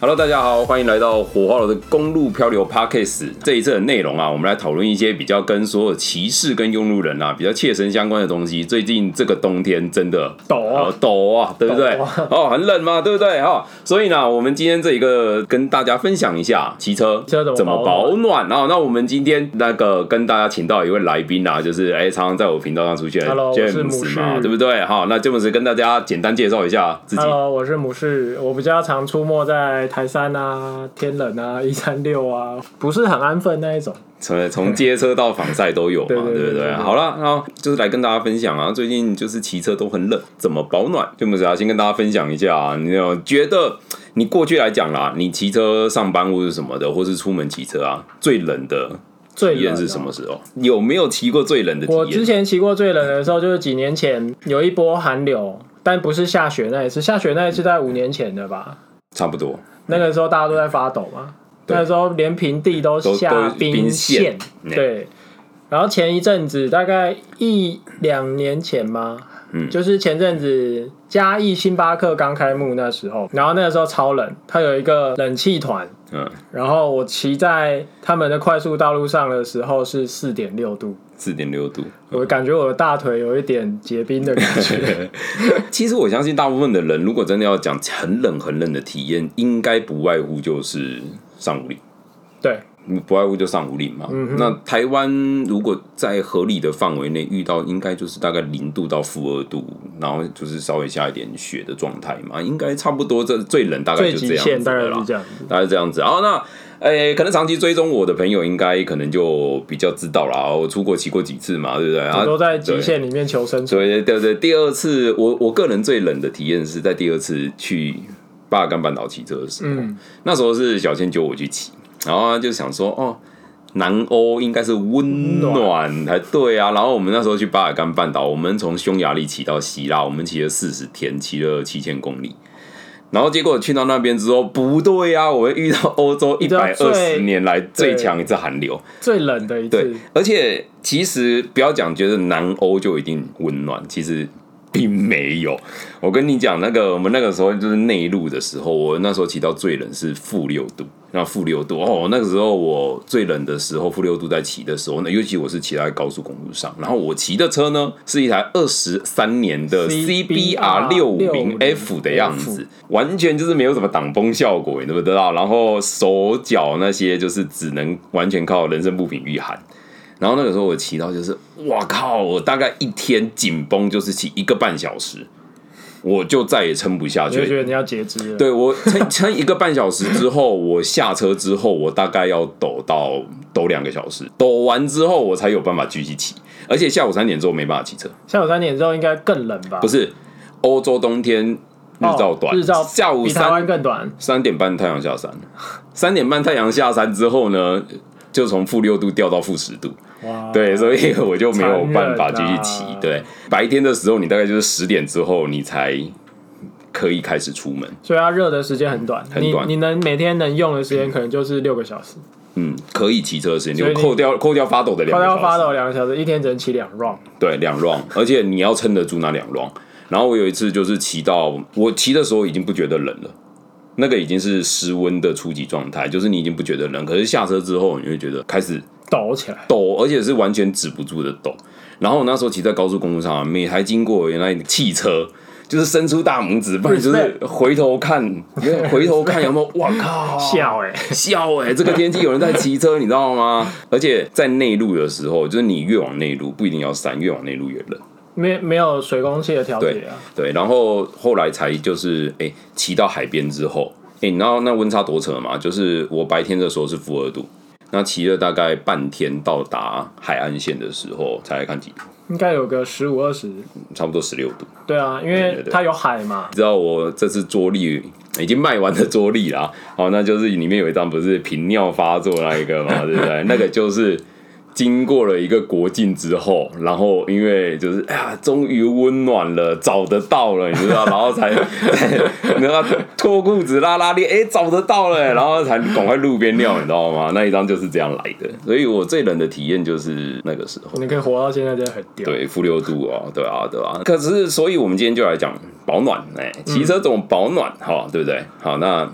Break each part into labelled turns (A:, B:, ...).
A: Hello，大家好，欢迎来到火花楼的公路漂流 Podcast。这一次的内容啊，我们来讨论一些比较跟所有骑士跟用路人啊比较切身相关的东西。最近这个冬天真的
B: 抖啊
A: 好抖啊，对不对？
B: 抖
A: 哦，很冷嘛，对不对？哈、所以呢，我们今天这一个跟大家分享一下骑车
B: 车怎么
A: 怎么
B: 保
A: 保暖啊、那我们今天那个跟大家请到一位来宾啊，就是哎常常在我频道上出现的
B: Hello，我是母
A: James
B: 士
A: 嘛，对不对？哈、那 James 跟大家简单介绍一下自己。
B: Hello，我是母士，我比较常出没在台山啊、天冷啊、 一三六啊，不是很安分那一种。
A: 从从街车到仿赛都有嘛，
B: 对对对
A: 对不
B: 对对
A: 好了，那就是来跟大家分享啊，最近就是骑车都很冷，怎么保暖？就不是啊，先跟大家分享一下、啊，你有觉得你过去来讲啦，你骑车上班或是什么的，或是出门骑车啊，最冷的
B: 最
A: 体验
B: 冷
A: 是
B: 哦
A: 什么？时候？有没有骑过最冷的体
B: 我之
A: 验？
B: 前骑过最冷的时候，就是几年前有一波寒流，但不是下雪那一次，下雪那一次在五年前的吧。
A: 差不多，
B: 那个时候大家都在发抖嘛，
A: 对
B: 那个时候连平地都
A: 都
B: 下
A: 都冰
B: 线
A: 线，嗯
B: 对。然后前一阵子，大概一两年前嘛，
A: 嗯
B: 就是前阵子嘉义星巴克刚开幕那时候，然后那个时候超冷，它有一个冷气团，
A: 嗯，
B: 然后我骑在他们的快速道路上的时候是四点六度，
A: 四点六度。
B: 我感觉我的大腿有一点结冰的感觉，
A: 其实我相信大部分的人，如果真的要讲很冷很冷的体验，应该不外乎就是上五里。
B: 对，
A: 不外乎就上五岭嘛。
B: 嗯
A: 那台湾如果在合理的范围内遇到，应该就是大概零度到负二度，然后就是稍微下一点雪的状态嘛，应该差不多这最冷大概
B: 最
A: 就
B: 极
A: 这样
B: 限
A: 子
B: 大
A: 的
B: 概
A: 啦
B: 是。这样子，
A: 大概这样子。好，那诶、可能长期追踪我的朋友，应该可能就比较知道啦。哦我出国骑过几次嘛，对不对？啊
B: 我，都在极
A: 对
B: 限里面求生存，
A: 所以对对，第二次我我个人最冷的体验是在第二次去巴尔干半岛骑车的时候，
B: 嗯
A: 那时候是小千九我去骑，然后他就想说哦。南欧应该是温暖才对啊，然后我们那时候去巴尔干半岛，我们从匈牙利骑到希腊，我们骑了四十天，骑了七千公里，然后结果去到那边之后，不对啊，我们遇到欧洲一
B: 遇到
A: 百
B: 最
A: 二十年来最
B: 对
A: 强一次寒流，
B: 最冷的一
A: 对
B: 次，，
A: 而且其实不要讲觉得南欧就一定温暖，其实并没有。我跟你讲，那个我们那个时候就是内陆的时候，我那时候骑到最冷是负六度，那负六度哦，那个时候我最冷的时候负六度在骑的时候呢，尤其我是骑在高速公路上，然后我骑的车呢是一台二十三年的 CBR
B: CBR
A: 六五零 F 的样子，完全就是没有什么挡风效果，你知不知道？然后手脚那些就是只能完全靠人生不平御寒。然后那个时候我骑到就是，哇靠！我大概一天紧绷就是骑一个半小时，我就再也撑不下
B: 你就觉
A: 去。
B: 得你要截肢了。
A: 对我撑 撑一个半小时之后，我下车之后，我大概要抖到抖两个小时，抖完之后我才有办法继续骑，而且下午三点之后没办法骑车。
B: 下午三点之后应该更冷吧？
A: 不
B: 是
A: 是欧洲冬天日照短，
B: 日照
A: 下午
B: 比台
A: 三
B: 湾更短，
A: 三点半太阳下山，三点半太阳下山之后呢，就从负六度掉到负十度，
B: 哇，
A: 对，所以我就没有办法继续骑
B: 残哦忍。啊
A: 对，白天的时候你大概就是十点之后你才可以开始出门，
B: 所以它热的时间很短，
A: 很短
B: 你你能每天能用的时间可能就是六个小时，
A: 嗯，可以骑车的时间，
B: 所以
A: 就
B: 你
A: 扣掉扣掉发抖的两个
B: 快
A: 小
B: 要
A: 时，
B: 发抖两个小时，一天只能骑两 round，
A: 对，两 round，而且你要撑得住那两 round。然后我有一次就是骑到，我骑的时候已经不觉得冷了，那个已经是失温的初级状态，就是你已经不觉得冷，可是下车之后你会觉得开始
B: 抖起来，
A: 抖，而且是完全止不住的抖。然后我那时候骑在高速公路上啊，每台经过原来汽车。就是伸出大拇指，不然就是回头看，回头看有没有？哇靠！
B: 笑哎、
A: 笑哎、这个天气有人在骑车，你知道吗？而且在内陆的时候，就是你越往内陆不一定要山，越往内陆越冷。
B: 没没有水空气的调节啊，
A: 对，然后后来才就是哎骑到海边之后，哎，你知道那温差多扯嘛？就是我白天的时候是负二度，那骑了大概半天到达海岸线的时候，才来看几度，
B: 应该有个十五二十，
A: 差不多十六度。
B: 对啊，因
A: 对
B: 为
A: 对
B: 它有海嘛，
A: 你知道我这次桌历已经卖完的桌历啦， 哦，那就是里面有一张不是频尿发作那一个嘛，对不对？那个就是。经过了一个国境之后，然后因为就是哎呀，终于温暖了，找得到了，你知道，然后才 才然后脱裤子拉拉链，哎，找得到了，然后才赶快路边尿，你知道吗？那一张就是这样来的，所以我最冷的体验就是那个时候。
B: 你可以活到现在真的很屌，
A: 对，负六度啊，对啊，对啊。可是，所以我们今天就来讲保暖，哎、骑车怎么保暖，哈、对不对？好，那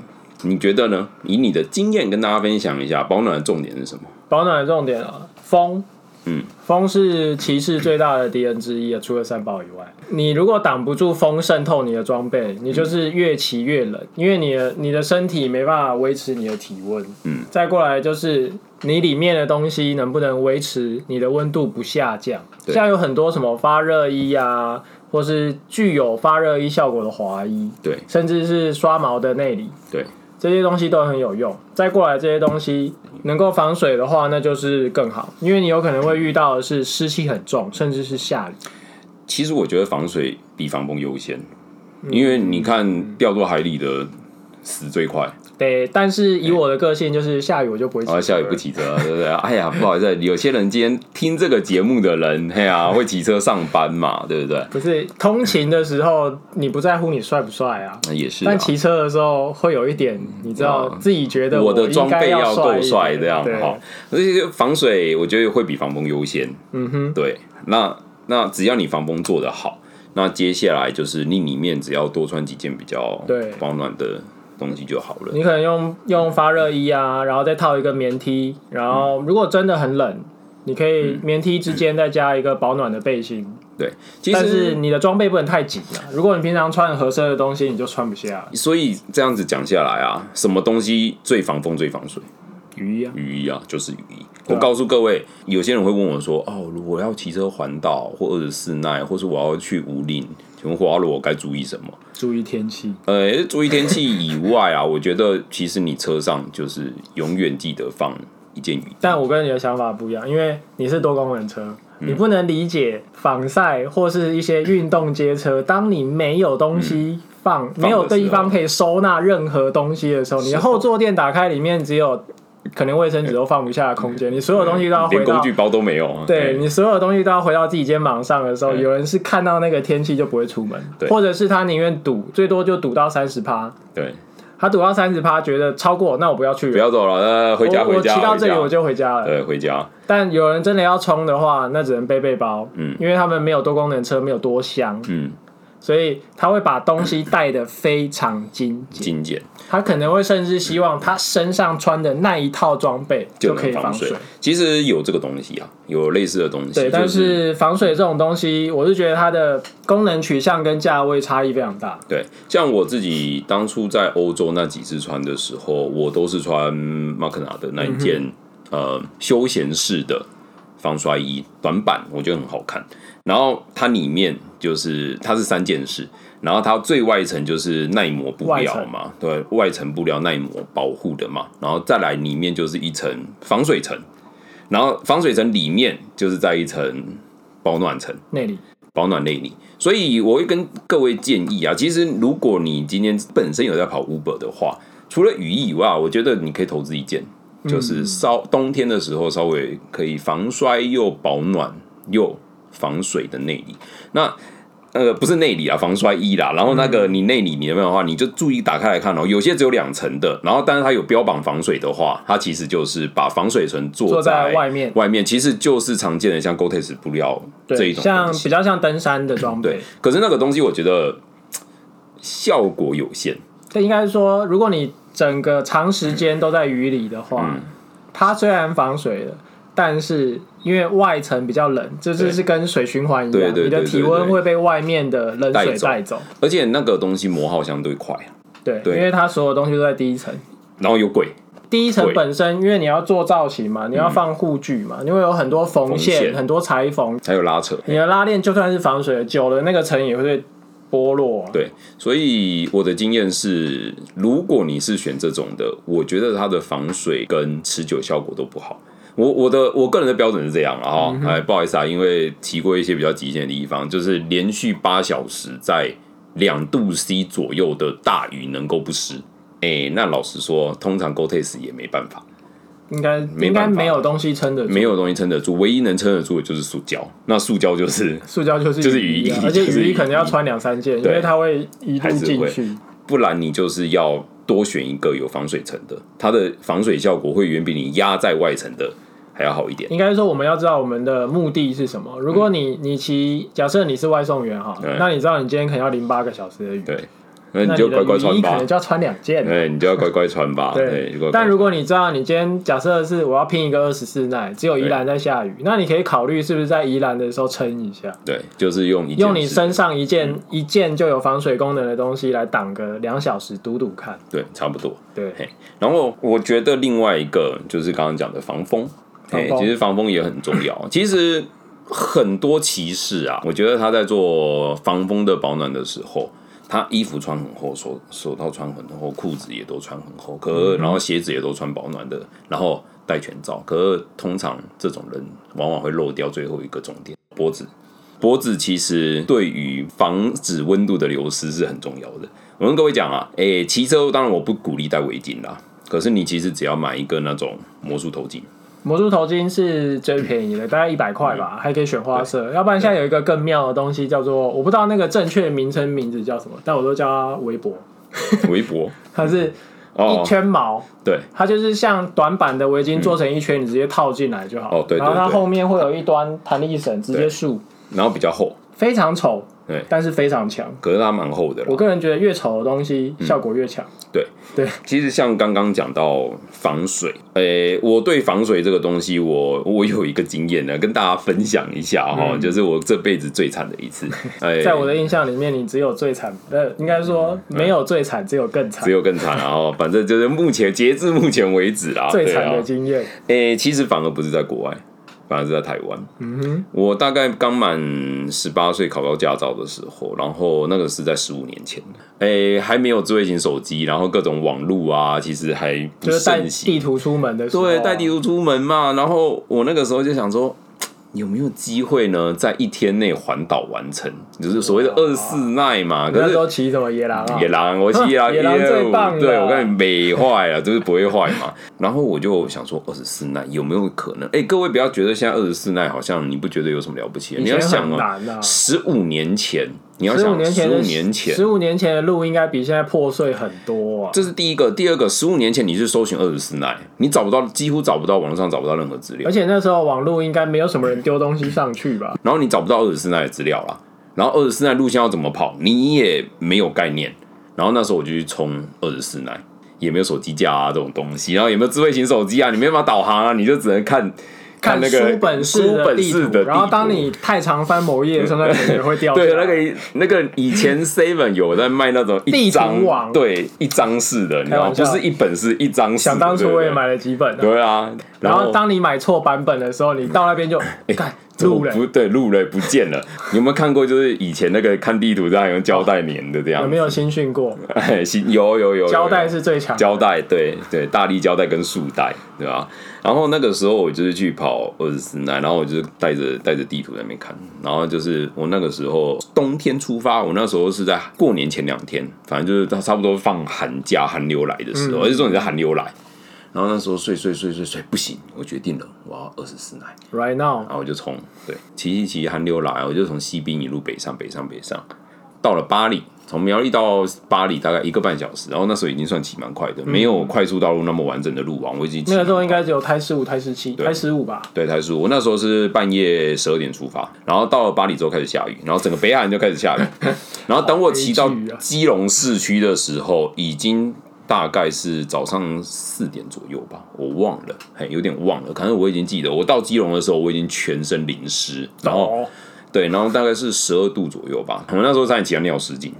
A: 你觉得呢？以你的经验跟大家分享一下，保暖的重点是什么？
B: 保暖的重点啊，风。
A: 嗯，
B: 风是骑士最大的敌人之一啊，除了三宝以外，你如果挡不住风渗透你的装备，你就是越骑越冷，因为你的你的身体没办法维持你的体温。
A: 嗯，
B: 再过来就是你里面的东西能不能维持你的温度不下降？
A: 对
B: 像有很多什么发热衣啊，或是具有发热衣效果的滑衣，
A: 对
B: 甚至是刷毛的内里，
A: 对，
B: 这些东西都很有用。再过来这些东西能够防水的话，那就是更好，因为你有可能会遇到的是湿气很重，甚至是下雨。
A: 其实我觉得防水比防风优先，
B: 嗯
A: 因为你看掉落海里的死最快，
B: 对，但是以我的个性，就是下雨我就不会骑
A: 然
B: 车
A: 后哦
B: 了。
A: 下雨不骑车，对不对？哎呀，不好意思，有些人今天听这个节目的人，嘿呀、会骑车上班嘛，对不对？
B: 不是通勤的时候，你不在乎你帅不帅啊，
A: 那也是、啊
B: 但。骑车的时候会有一点，你知道
A: 嗯
B: 自己觉得
A: 我的
B: 应
A: 装
B: 该
A: 备
B: 要
A: 够
B: 帅
A: 帅，
B: 一点
A: 这样
B: 对
A: 哈。所以防水我觉得会比防风优先。
B: 嗯哼，
A: 对，那那只要你防风做得好，那接下来就是你里面只要多穿几件比较
B: 对
A: 保暖的东西就好了。
B: 你可能用用发热衣啊，然后再套一个棉 T，然后如果真的很冷，你可以棉 T 之间再加一个保暖的背心，
A: 对，其
B: 但是
A: 实
B: 你的装备不能太紧啊。如果你平常穿很合身的东西，你就穿不下
A: 所以这样子讲下来啊，什么东西最防风最防水？
B: 雨衣啊。
A: 雨衣啊，就是雨衣。
B: 对
A: 我
B: 啊
A: 告诉各位，有些人会问我说：“哦，如果要骑车环岛或二十四耐，或是我要去五岭，请问花罗我该注意什么？”
B: 注意天气，
A: 呃，注意天气以外啊，我觉得其实你车上就是永远记得放一件雨衣。
B: 但我跟你的想法不一样，因为你是多功能车，
A: 嗯
B: 你不能理解防晒或是一些运动街车。当你没有东
A: 嗯
B: 西放，没有地方可以收纳任何东西的时候，你的
A: 时候
B: 后坐垫打开，里面只有可能卫生纸都放不下的空间，你所有东西都要
A: 嗯
B: 回
A: 连
B: 到
A: 工具包都没有啊。
B: 对你所有东西都要回到自己肩膀上的时候，
A: 嗯
B: 有人是看到那个天气就不会出门，
A: 对
B: 或者是他宁愿赌，最多就赌到三十趴，
A: 对，
B: 他赌到三十趴，觉得超过那我不要去了，
A: 不要走了，呃，回家
B: 我
A: 回
B: 我
A: 家。
B: 骑到这里我
A: 回家
B: 就回家了。
A: 对回家，
B: 但有人真的要冲的话，那只能背背包，
A: 嗯
B: 因为他们没有多功能车，没有多箱，
A: 嗯，
B: 所以他会把东西带的非常精简。
A: 精简
B: 他可能会甚至希望他身上穿的那一套装备就可
A: 能
B: 以防
A: 水
B: 水。。
A: 其实有这个东西啊，有类似的东西，
B: 对，但
A: 就是
B: 是防水这种东西，我是觉得它的功能取向跟价位差异非常大。
A: 对，像我自己当初在欧洲那几次穿的时候，我都是穿 Macna 的那一
B: 嗯
A: 件、呃休闲式的防摔衣短版，我觉得很好看。然后它里面就是它是三件式，然后它最外层就是耐磨布
B: 外
A: 料
B: 层
A: 嘛，对，外层布料耐磨保护的嘛，然后再来里面就是一层防水层，然后防水层里面就是在一层保暖层。
B: 内里
A: 保暖内里。所以我会跟各位建议啊，其实如果你今天本身有在跑 Uber 的话，除了雨衣以外，啊我觉得你可以投资一件，
B: 嗯
A: 就是稍冬天的时候稍微可以防摔又保暖又防水的内里。那呃，不是内里啊，防摔衣啦。然后那个你内里你有没有的话，你就注意打开来看哦。有些只有两层的，然后但是它有标榜防水的话，它其实就是把防水层做
B: 坐在
A: 在
B: 外面，
A: 外面，其实就是常见的像 Gore-Tex 布料这一
B: 对，
A: 种
B: 像
A: 东西
B: 比较像登山的装备
A: 对。，可是那个东西我觉得嘖效果有限，
B: 这应该是说，如果你整个长时间都在雨里的话，
A: 嗯
B: 它虽然防水了，但是因为外层比较冷，这就
A: 对
B: 是跟水循环一
A: 对
B: 样，
A: 对
B: 你的
A: 对
B: 体
A: 对
B: 温
A: 对
B: 会被外面的冷水
A: 带走
B: 带走。
A: 而且那个东西磨耗相对快，
B: 对，
A: 对
B: 因为它所有东西都在第一层。
A: 然后又贵，
B: 第一层
A: 贵
B: 本身，因为你要做造型嘛，你要放护具嘛，你会有很多缝
A: 嗯缝
B: 线、
A: 线
B: 很多裁缝，
A: 还有拉扯。
B: 你的拉链就算是防水的，久了那个层也会被剥落啊。
A: 对，所以我的经验是，如果你是选这种的，我觉得它的防水跟持久效果都不好。我我的我个人的标准是这样了哈，哎、不好意思啊，因为骑过一些比较极限的地方，就是连续八小时在两度 C 左右的大雨能够不湿，哎、那老实说，通常 GoTest 也没办法。
B: 应该应该
A: 办法
B: 没有东西撑得住，
A: 没有东西撑得住，唯一能撑得住的就是塑胶。那塑胶就是，
B: 塑胶就是
A: 就是
B: 雨
A: 雨衣
B: 啊而且
A: 就是
B: 雨衣
A: 雨衣
B: 可能要穿两三件，因
A: 对
B: 为它会一路
A: 还是
B: 进
A: 会
B: 去。
A: 不然你就是要多选一个有防水层的，它的防水效果会远比你压在外层的还要好一点。
B: 应该说我们要知道我们的目的是什么。如果你你骑，假设你是外送员哈
A: 嗯对，
B: 那你知道你今天可能要淋八个小时的雨，
A: 对，那你
B: 那
A: 就
B: 的
A: 乖乖
B: 雨
A: 穿
B: 衣可
A: 吧
B: 能。就要穿两件。
A: 对，你就要乖乖穿吧。对，就乖乖
B: 但如
A: 穿
B: 果你知道你今天假设是我要拼一个二十四耐，只有宜兰在下
A: 嗯
B: 雨，那你可以考虑是不是在宜兰的时候撑一下，
A: 对，就是用一件
B: 用你
A: 事
B: 身上一件、一件就有防水功能的东西来挡个两小时，堵堵看。
A: 对，差不多。
B: 对，
A: 嘿然后我觉得另外一个就是刚刚讲的防风，
B: 防
A: 哎，
B: 风
A: 其实防风也很重 要。其实很多骑士啊，我觉得他在做防风的保暖的时候，他衣服穿很厚，手手套穿很厚，裤子也都穿很厚，可是
B: 嗯
A: 然后鞋子也都穿保暖的，然后戴全罩。可是通常这种人往往会漏掉最后一个重点——脖子。脖子其实对于防止温度的流失是很重要的。我跟各位讲啊，诶、骑车当然我不鼓励戴围巾啦，可是你其实只要买一个那种魔术头 巾，
B: 魔术头巾是最便宜的，
A: 嗯
B: 大概一百块吧，还可以选花色。要不然现在有一个更妙的东西叫做，我不知道那个正确名称名字叫什么，但我都叫它围脖，
A: 围脖
B: 它是一
A: 嗯哦，
B: 圈毛。
A: 对，
B: 它就是像短版的围巾做成一圈，你直接套进来就好了。
A: 哦对对
B: 然后它
A: 对
B: 后面会有一端弹力绳，直接束，
A: 然后比较厚，
B: 非常丑，
A: 对，
B: 但是非常强。
A: 可是它蛮厚的啦
B: 我。个人觉得越丑的东西效果越强。
A: 其实像刚刚讲到防水，诶、我对防水这个东西我，我有一个经验呢，跟大家分享一下哈、就是我这辈子最惨的一次， 诶、
B: 嗯在我的印象里面，你只有最惨，呃，应该说没有最惨，只有更惨
A: 嗯只，有更惨啊！哦，反正就是目前截至目前为止啦，
B: 最
A: 对
B: 惨
A: 啊
B: 的经验。
A: 诶、其实反而不是在国外，反而是在台湾。
B: 嗯哼，
A: 我大概刚满十八岁考到驾照的时候，然后那个是在十五年前，诶、还没有智慧型手机，然后各种网路啊，其实还不
B: 就是带
A: 盛行。
B: 地图出门的时候，
A: 对，带地图出门嘛。然后我那个时候就想说，有没有机会呢，在一天内环岛完成，就是所谓的二四耐嘛。可
B: 那时
A: 是
B: 候骑什么野狼啊？
A: 野狼，我骑野狼
B: 野狼最
A: 125
B: 棒了
A: 对我看美坏了，就是不会坏嘛。 然后我就想说，二十四耐有没有可能？哎，各位不要觉得现在二十四耐好像你不觉得有什么了不起的，
B: 以
A: 你要
B: 前
A: 想
B: 很
A: 哦，
B: 难啊。
A: 十五年前，你要
B: 十
A: 想
B: 五
A: 啊
B: 年前
A: 十
B: 的
A: 五年前，
B: 十五年前的路应该比现在破碎很多啊。
A: 这是第一个，第二个，十五年前你是搜寻二十四耐，你找不到，几乎找不到网络上找不到任何资料
B: 而。且那时候网络应该没有什么人丢东西上去吧？
A: 然后你找不到二十四奈的资料啦，然后二十四奈路线要怎么跑，你也没有概念。然后那时候我就去冲二十四奈，也没有手机架啊这种东西，然后也没有智慧型手机啊，你没办法导航啊，你就只能看
B: 看
A: 那个
B: 书本式
A: 书
B: 的
A: 本
B: 地
A: 式
B: 图，
A: 的地
B: 然后当
A: 图
B: 你太常翻某页，的时候，那可能也会掉下 来。
A: 对，那个那个以 前 Seven 有在卖那种一
B: 地
A: 张
B: 图网
A: 对一张式的，你知道吗
B: 开玩笑
A: 不是一本是一张式的。
B: 想当初我
A: 对
B: 也
A: 不对。
B: 买了几本啊。
A: 对啊，
B: 然
A: 后哎
B: 后当你买错版本的时候，你到那边就干
A: 怎么
B: 路人
A: 不对，路人不见了。你有没有看过？就是以前那个看地图上用胶带粘的这样
B: 有
A: 子
B: 没有新训过？
A: 哎，行有有有有
B: 胶带
A: 有
B: 是最强的，
A: 胶带，对对，大力胶带跟束带，对吧？然后那个时候我就是去跑二十四奈，然后我就是带着带着地图在那边看，然后就是我那个时候冬天出发，我那时候是在过年前两天，反正就是到差不多放寒假寒流来的
B: 嗯
A: 时候，而且重点是寒流来。然后那时候睡睡睡睡睡不行，我决定了，我要二十四奈。
B: Right now，
A: 然后我就从对骑骑骑寒流来，我就从西滨一路北上北上北上，到了巴黎，从苗栗到巴黎大概一个半小时，然后那时候已经算骑蛮快的，没有快速道路那么完整的路网，我已经骑
B: 那个时候应该嗯只有胎十五、胎十七、胎十五吧？
A: 对，台叔，我那时候是半夜十二点出发，然后到了巴黎之后开始下雨，然后整个北海岸就开始下雨， 然后等我骑到
B: 好悲剧啊
A: 基隆市区的时候，已经大概是早上四点左右吧，我忘了，嘿，有点忘了，可能我已经记得，我到基隆的时候我已经全身淋湿，然后
B: 哦，
A: 对，然后大概是十二度左右吧，我那时候差点骑到尿失禁，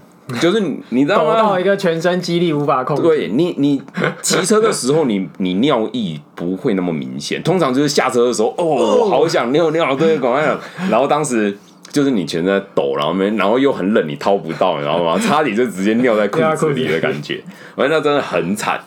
A: 就是你你知道
B: 抖到
A: 吗
B: 一？个全身肌力无法控制。
A: 对你，你骑车的时候你，你尿意不会那么明显，通常就是下车的时候，哦，我好想尿尿，对，赶快尿。然后当时就是你全身在抖，然后没，然后又很冷，你掏不到，你知道吗？差点就直接尿在裤
B: 尿在
A: 子
B: 裤子
A: 里的感觉，我觉得那真的很惨。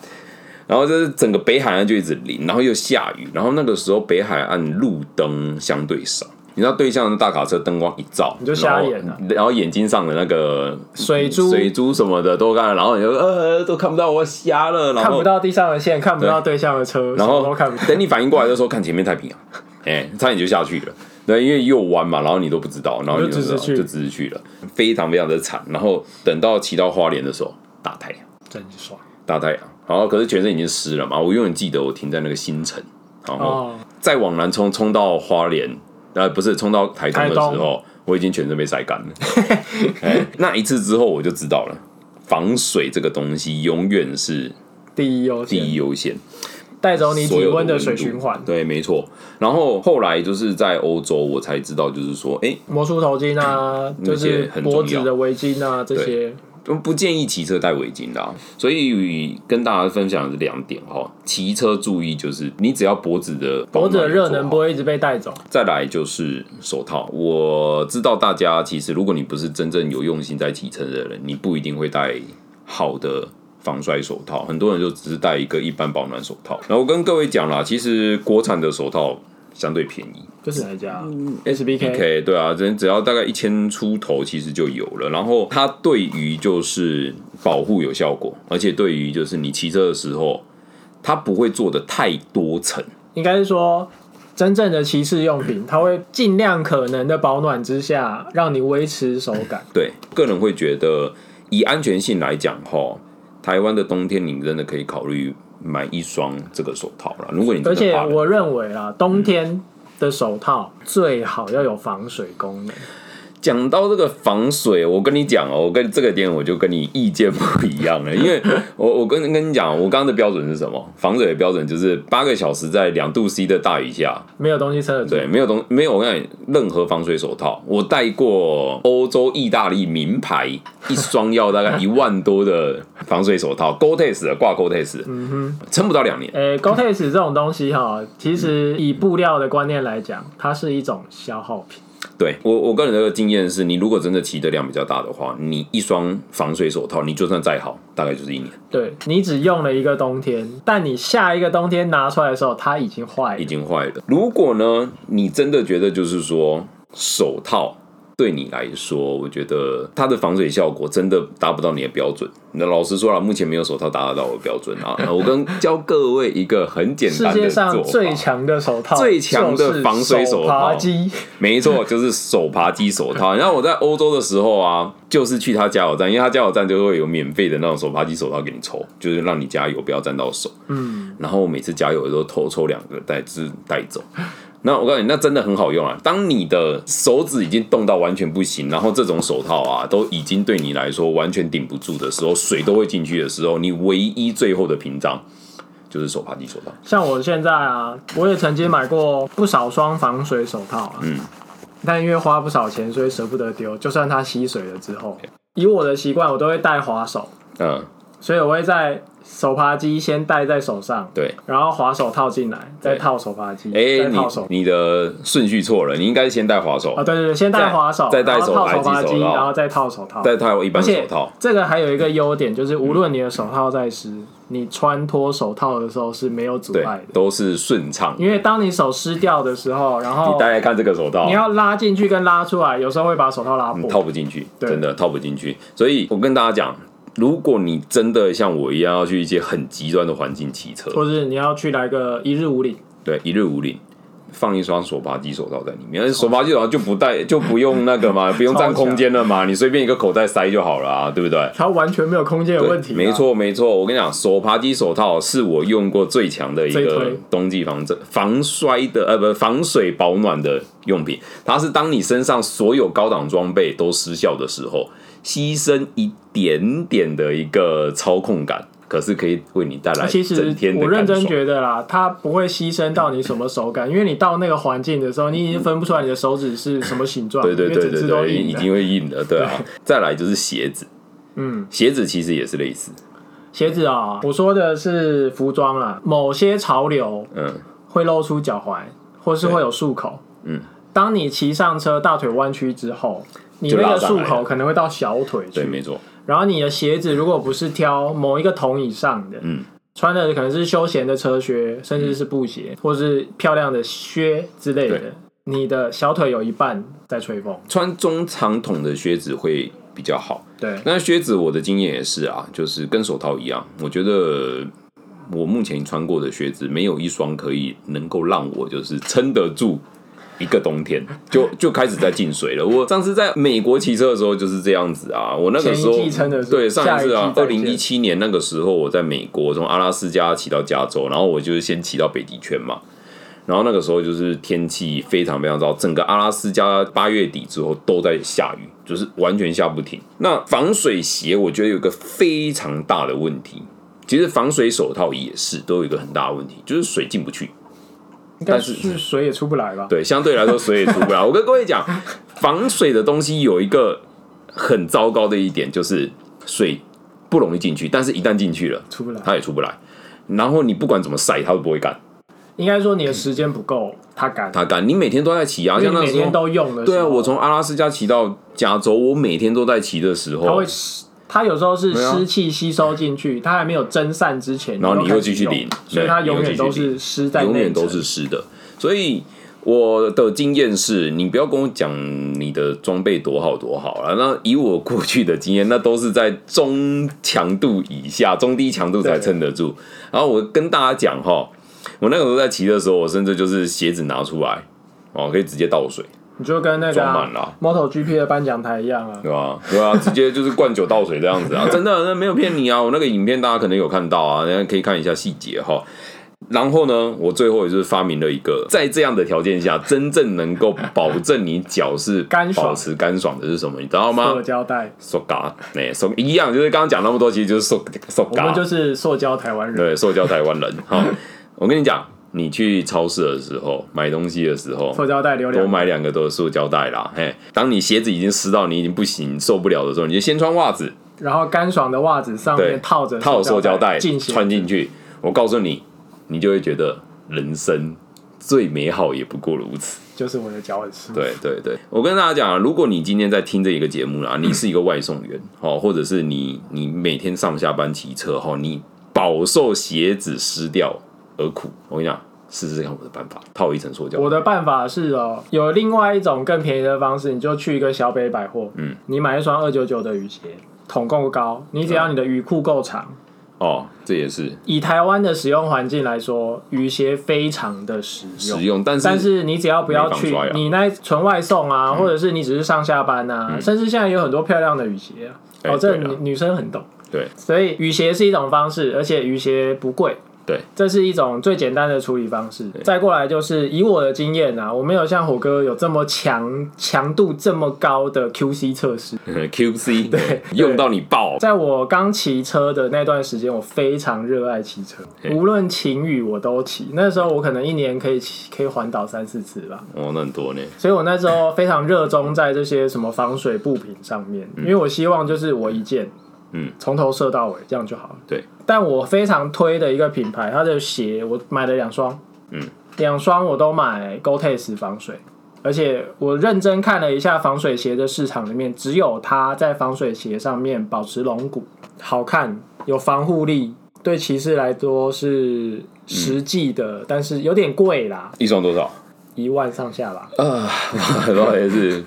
A: 然后就是整个北海岸就一直淋，然后又下雨，然后那个时候北海岸路灯相对少，你知道对向的大卡车灯光一照，
B: 你就瞎眼啊
A: 然
B: 了
A: 后然后眼睛上的那个
B: 水珠
A: 水珠什么的都看，然后你就呃都看不到，我瞎了，然
B: 看不
A: 后
B: 到地上的线，看不到对向的车，
A: 然
B: 什么
A: 后
B: 都看不到。
A: 等你反应过来的时候，看前面太 平洋，哎、差点就下去了。对，因为右弯嘛，然后你都不知道，然后你
B: 就直
A: 知道
B: 直去
A: 就直直去了，非常非常的惨。然后等到骑到花莲的时候，大太阳，
B: 真爽
A: 大太阳，然后可是全身已经湿了嘛。我永远记得我停在那个新城，然后
B: 哦！
A: 再往南冲，冲到花莲，呃，不是冲到台 东的时候，我已经全身被晒干了。哎，那一次之后我就知道了，防水这个东西永远是
B: 第一优
A: 第
B: 先，
A: 一优先。
B: 带走你
A: 所
B: 体
A: 有
B: 温
A: 的
B: 的水
A: 度
B: 循环。
A: 对，没错。然后后来就是在欧洲，我才知道，就是说，哎、
B: 魔术头巾啊，就
A: 嗯那些
B: 是
A: 很重
B: 脖子
A: 要
B: 的围巾啊，这
A: 对
B: 些
A: 都不建议骑车戴围巾啦。所以跟大家分享的是两点哈，骑车注意就是，你只要脖子的
B: 脖子的热能不
A: 波，
B: 会一直被带走。
A: 再来就是手套。我知道大家其实，如果你不是真正有用心在骑车的人，你不一定会戴好的。防摔手套，很多人就只是戴一个一般保暖手套。然后我跟各位讲啦，其实国产的手套相对便宜，
B: 就是哪一家？SBK。
A: K，对啊，只只要大概一千出头，其实就有了。然后它对于就是保护有效果，而且对于就是你骑车的时候，它不会做的太多层。
B: 应该是说真正的骑士用品，它会尽量可能的保暖之下，让你维持手感。
A: 对，个人会觉得以安全性来讲，哈，台湾的冬天你真的可以考虑买一双这个手套了。如果你 真
B: 而
A: 的
B: 且
A: 怕冷
B: 我认为啦，冬天的手套最好要有防水功能。
A: 嗯讲到这个防水，我跟你讲哦，我跟这个点我就跟你意见不一样 了，因为我我跟跟你讲，我刚刚的标准是什么？防水的标准就是八个小时在两度 C 的大雨下，
B: 没有东西撑得住
A: 对，，没有东没有我跟你讲任何防水手套，我戴过欧洲、意大利名牌一双要大概一万多的防水手套 g o t e x 的挂 g o t e x 嗯哼，撑不到两年。
B: 诶 g o t e x 这种东西哈，其
A: 嗯
B: 实以布料的观念来讲，它是一种消耗品。
A: 对我我个人的经验是，你如果真的骑的量比较大的话，你一双防水手套，你就算再好，大概就是一年。
B: 对你只用了一个冬天，但你下一个冬天拿出来的时候，它已经坏
A: 已
B: 了。
A: 经坏了。如果呢，你真的觉得就是说手套对你来说，我觉得它的防水效果真的达不到你的标准。那老实说了，目前没有手套达得到我的标准啊。我跟教各位一个很简
B: 世
A: 单
B: 界
A: 的做
B: 上
A: 法，
B: 最强的手套，
A: 最强的防水手
B: 手
A: 套
B: 扒机，
A: 没错，就是手扒鸡手套。然后我在欧洲的时候啊，就是去他加油站，因为他加油站就会有免费的那种手扒鸡手套给你抽，就是让你加油不要沾到手。嗯，然后我每次加油的时候偷抽两个带，就是带走。那我告诉你，那真的很好用啊！当你的手指已经冻到完全不行，然后这种手套啊，都已经对你来说完全顶不住的时候，水都会进去的时候，你唯一最后的屏障就是手扒鸡手套。
B: 像我现在啊，我也曾经买过不少双防水手套、啊，嗯，但因为花不少钱，所以舍不得丢。就算它吸水了之后，以我的习惯，我都会戴滑手，
A: 嗯，
B: 所以我会在手扒机先戴在手上，
A: 对。
B: 然后滑手套进来，再
A: 对
B: 套手扒机，
A: 哎、
B: 再
A: 你
B: 套手。
A: 你的顺序错了，你应该先戴滑手
B: 啊，对对对，先戴滑手，
A: 再戴
B: 然后套
A: 手扒
B: 手扒
A: 机
B: 机，
A: 手套
B: 然后再套手套。
A: 戴套一般
B: 而
A: 手
B: 且
A: 套，嗯
B: 这个还有一个优点，就是无论你的手套在湿，你穿脱手套的时候是没有阻
A: 对
B: 碍，的。
A: 都是顺畅。
B: 因为当你手湿掉的时候，然后
A: 你戴来看这个手套，
B: 你要拉进去跟拉出来，有时候会把手套拉
A: 嗯
B: 破。
A: 套不进去，
B: 对
A: 真的套不进去。所以我跟大家讲，如果你真的像我一样要去一些很极端的环境骑车，
B: 或是你要去来个一日无领，
A: 对，一日无领。放一双手扒鸡手套在里面，而且手扒鸡手套就不带就不用那个 嘛，不用占空间了嘛，你随便一个口袋塞就好了啊，对不对？
B: 它完全没有空间的
A: 对
B: 问题、啊
A: 没，错没错，我跟你讲，手扒鸡手套是我用过最强的一
B: 最
A: 个
B: 推
A: 冬季防震、防摔的呃不防水保暖的用品。它是当你身上所有高档装备都失效的时候，牺牲一点点的一个操控感，可是可以为你带来
B: 啊其实
A: 呃整天的
B: 我认真
A: 感受
B: 觉得
A: 嗯
B: 啦，它不会牺牲到你什么手感，因为你到那个环境的时候，你已经分不出来你的手指是什么形状，
A: 对对
B: 因为
A: 对
B: 整
A: 对
B: 只都
A: 对，
B: 硬的
A: 已经会硬了，对 啊。再来就是鞋子，
B: 嗯，
A: 鞋子其实也是类似，
B: 鞋子啊、我说的是服装啦，某些潮流
A: 嗯，
B: 会露出脚踝，或是
A: 对
B: 会有束口。
A: 嗯，
B: 当你骑上车，大腿弯曲之后，你
A: 就
B: 那
A: 拉
B: 个
A: 上
B: 束
A: 来了
B: 口可能会到小腿
A: 对，
B: 去。
A: 没错，
B: 然后你的鞋子如果不是挑某一个筒以上的，
A: 嗯，
B: 穿的可能是休闲的车靴，甚至是布鞋，或是漂亮的靴之
A: 嗯
B: 类
A: 对
B: 的，你的小腿有一半在吹风。
A: 穿中长筒的靴子会比较好。
B: 对，
A: 那靴子我的经验也是啊，就是跟手套一样，我觉得我目前穿过的靴子没有一双可以能够让我就是撑得住。一个冬天就就开始在进水了。我上次在美国骑车的时候就是这样子啊，我那个时候
B: 前一季撑得住
A: 对上一次啊，
B: 下
A: 二
B: 一季
A: 零
B: 再
A: 一
B: 见
A: 七年那个时候我在美国从阿拉斯加骑到加州，然后我就是先骑到北极圈嘛，然后那个时候就是天气非常非常糟，整个阿拉斯加八月底之后都在下雨，就是完全下不停。那防水鞋我觉得有一个非常大的问题，其实防水手套也是都有一个很大的问题，就是水进不去。
B: 应该
A: 但是
B: 是水也出不来吧？
A: 对，相对来说水也出 不来。我跟各位讲，防水的东西有一个很糟糕的一点，就是水不容易进去，但是一旦进去了，
B: 出不来。
A: 它也出不来。然后你不管怎么晒，它都不会干，
B: 应该说你的时间不够，它干，
A: 它干。你每天都在骑啊，
B: 因为
A: 像
B: 你
A: 那
B: 每
A: 时
B: 天
A: 候，
B: 都用的时候。
A: 对啊，我从阿拉斯加骑到加州，我每天都在骑的时
B: 它
A: 候
B: 会，湿，它有时候是
A: 对啊
B: 湿气吸收进去，它还没有蒸散之前，
A: 然后你
B: 就
A: 又
B: 开始
A: 继续
B: 用
A: 淋
B: 所
A: 对
B: 以它
A: 你
B: 永
A: 又
B: 远
A: 继续
B: 都
A: 淋
B: 是湿在
A: 永
B: 内
A: 远都
B: 层。
A: 是湿的。所以我的经验是，你不要跟我讲你的装备多好多好了。那以我过去的经验，那都是在中强度以下、中低强度才撑得住。然后我跟大家讲哈，我那个时候在骑的时候，我甚至就是鞋子拿出来。哦，可以直接倒水，
B: 你就跟那个、
A: 装
B: 啊
A: 满、了
B: MotoGP 的颁奖台一样啊，
A: 对吧？对啊， 直接就是灌酒倒水这样子 啊，真的，那没有骗你啊。我那个影片大家可能有看到啊，大家可以看一下细节哈。然后呢，我最后也就是发明了一个，在这样的条件下，真正能够保证你脚是
B: 干爽
A: 保持干爽的是什么？你知道吗
B: 塑？胶袋，
A: 塑嘎，哎、塑一样，就是刚刚讲那么多，其实就是塑塑
B: 我们
A: 嘎，
B: 就是塑胶台湾人，
A: 对，塑胶台湾人。哈，我跟你讲，你去超市的时候买东西的时候，
B: 塑胶袋流
A: 多
B: 量。
A: 买两个都是塑胶袋啦。嘿，当你鞋子已经湿到你已经不行受不了的时候，你就先穿袜子，
B: 然后干爽的袜子上
A: 对
B: 面，套着
A: 套塑胶袋
B: 进行
A: 穿进去。我告诉你，你就会觉得人生最美好也不过如此。
B: 就是我的脚很湿。
A: 对对对，我跟大家讲啊，如果你今天在听这一个节目啊啦，你是一个外送员哦，或者是你你每天上下班骑车哈，你饱受鞋子湿掉而苦，我跟你讲，试试看我的办法，套一层塑胶。
B: 我的办法是哦，有另外一种更便宜的方式，你就去一个小北百货，
A: 嗯，
B: 你买一双二九九的雨鞋，筒够高，你只要你的雨裤够长。
A: 哦，这也是
B: 以台湾的使用环境来说，雨鞋非常的实用
A: 实。用，但是
B: 但是你只要不要
A: 没
B: 去
A: 防摔啊，
B: 你那纯外送啊，
A: 嗯
B: 或者是你只是上下班啊，甚至现在有很多漂亮的雨鞋啊，
A: 哎
B: 哦，这
A: 对啦
B: 女女生很懂。
A: 对，
B: 所以雨鞋是一种方式，而且雨鞋不贵。
A: 对，
B: 这是一种最简单的处理方式。再过来就是以我的经验啊，我没有像火哥有这么强强度这么高的 QC 测试。
A: QC 对用到你爆，
B: 在我刚骑车的那段时间，我非常热爱骑车，无论晴雨我都骑。那时候我可能一年可以骑可以环岛三四次吧。
A: 哦，那很多呢。
B: 所以我那时候非常热衷在这些什么防水布品上面，因为我希望就是我一件，
A: 嗯，
B: 从头射到尾，这样就好了。
A: 对，
B: 但我非常推的一个品牌，它的鞋我买了两双，
A: 嗯，
B: 两双我都买 Gore-Tex 防水，而且我认真看了一下防水鞋的市场里面，只有它在防水鞋上面保持龙骨，好看，有防护力，对骑士来说是实际的，但是有点贵啦，
A: 一双多少？
B: 一万上下吧。
A: 啊， 不好意思，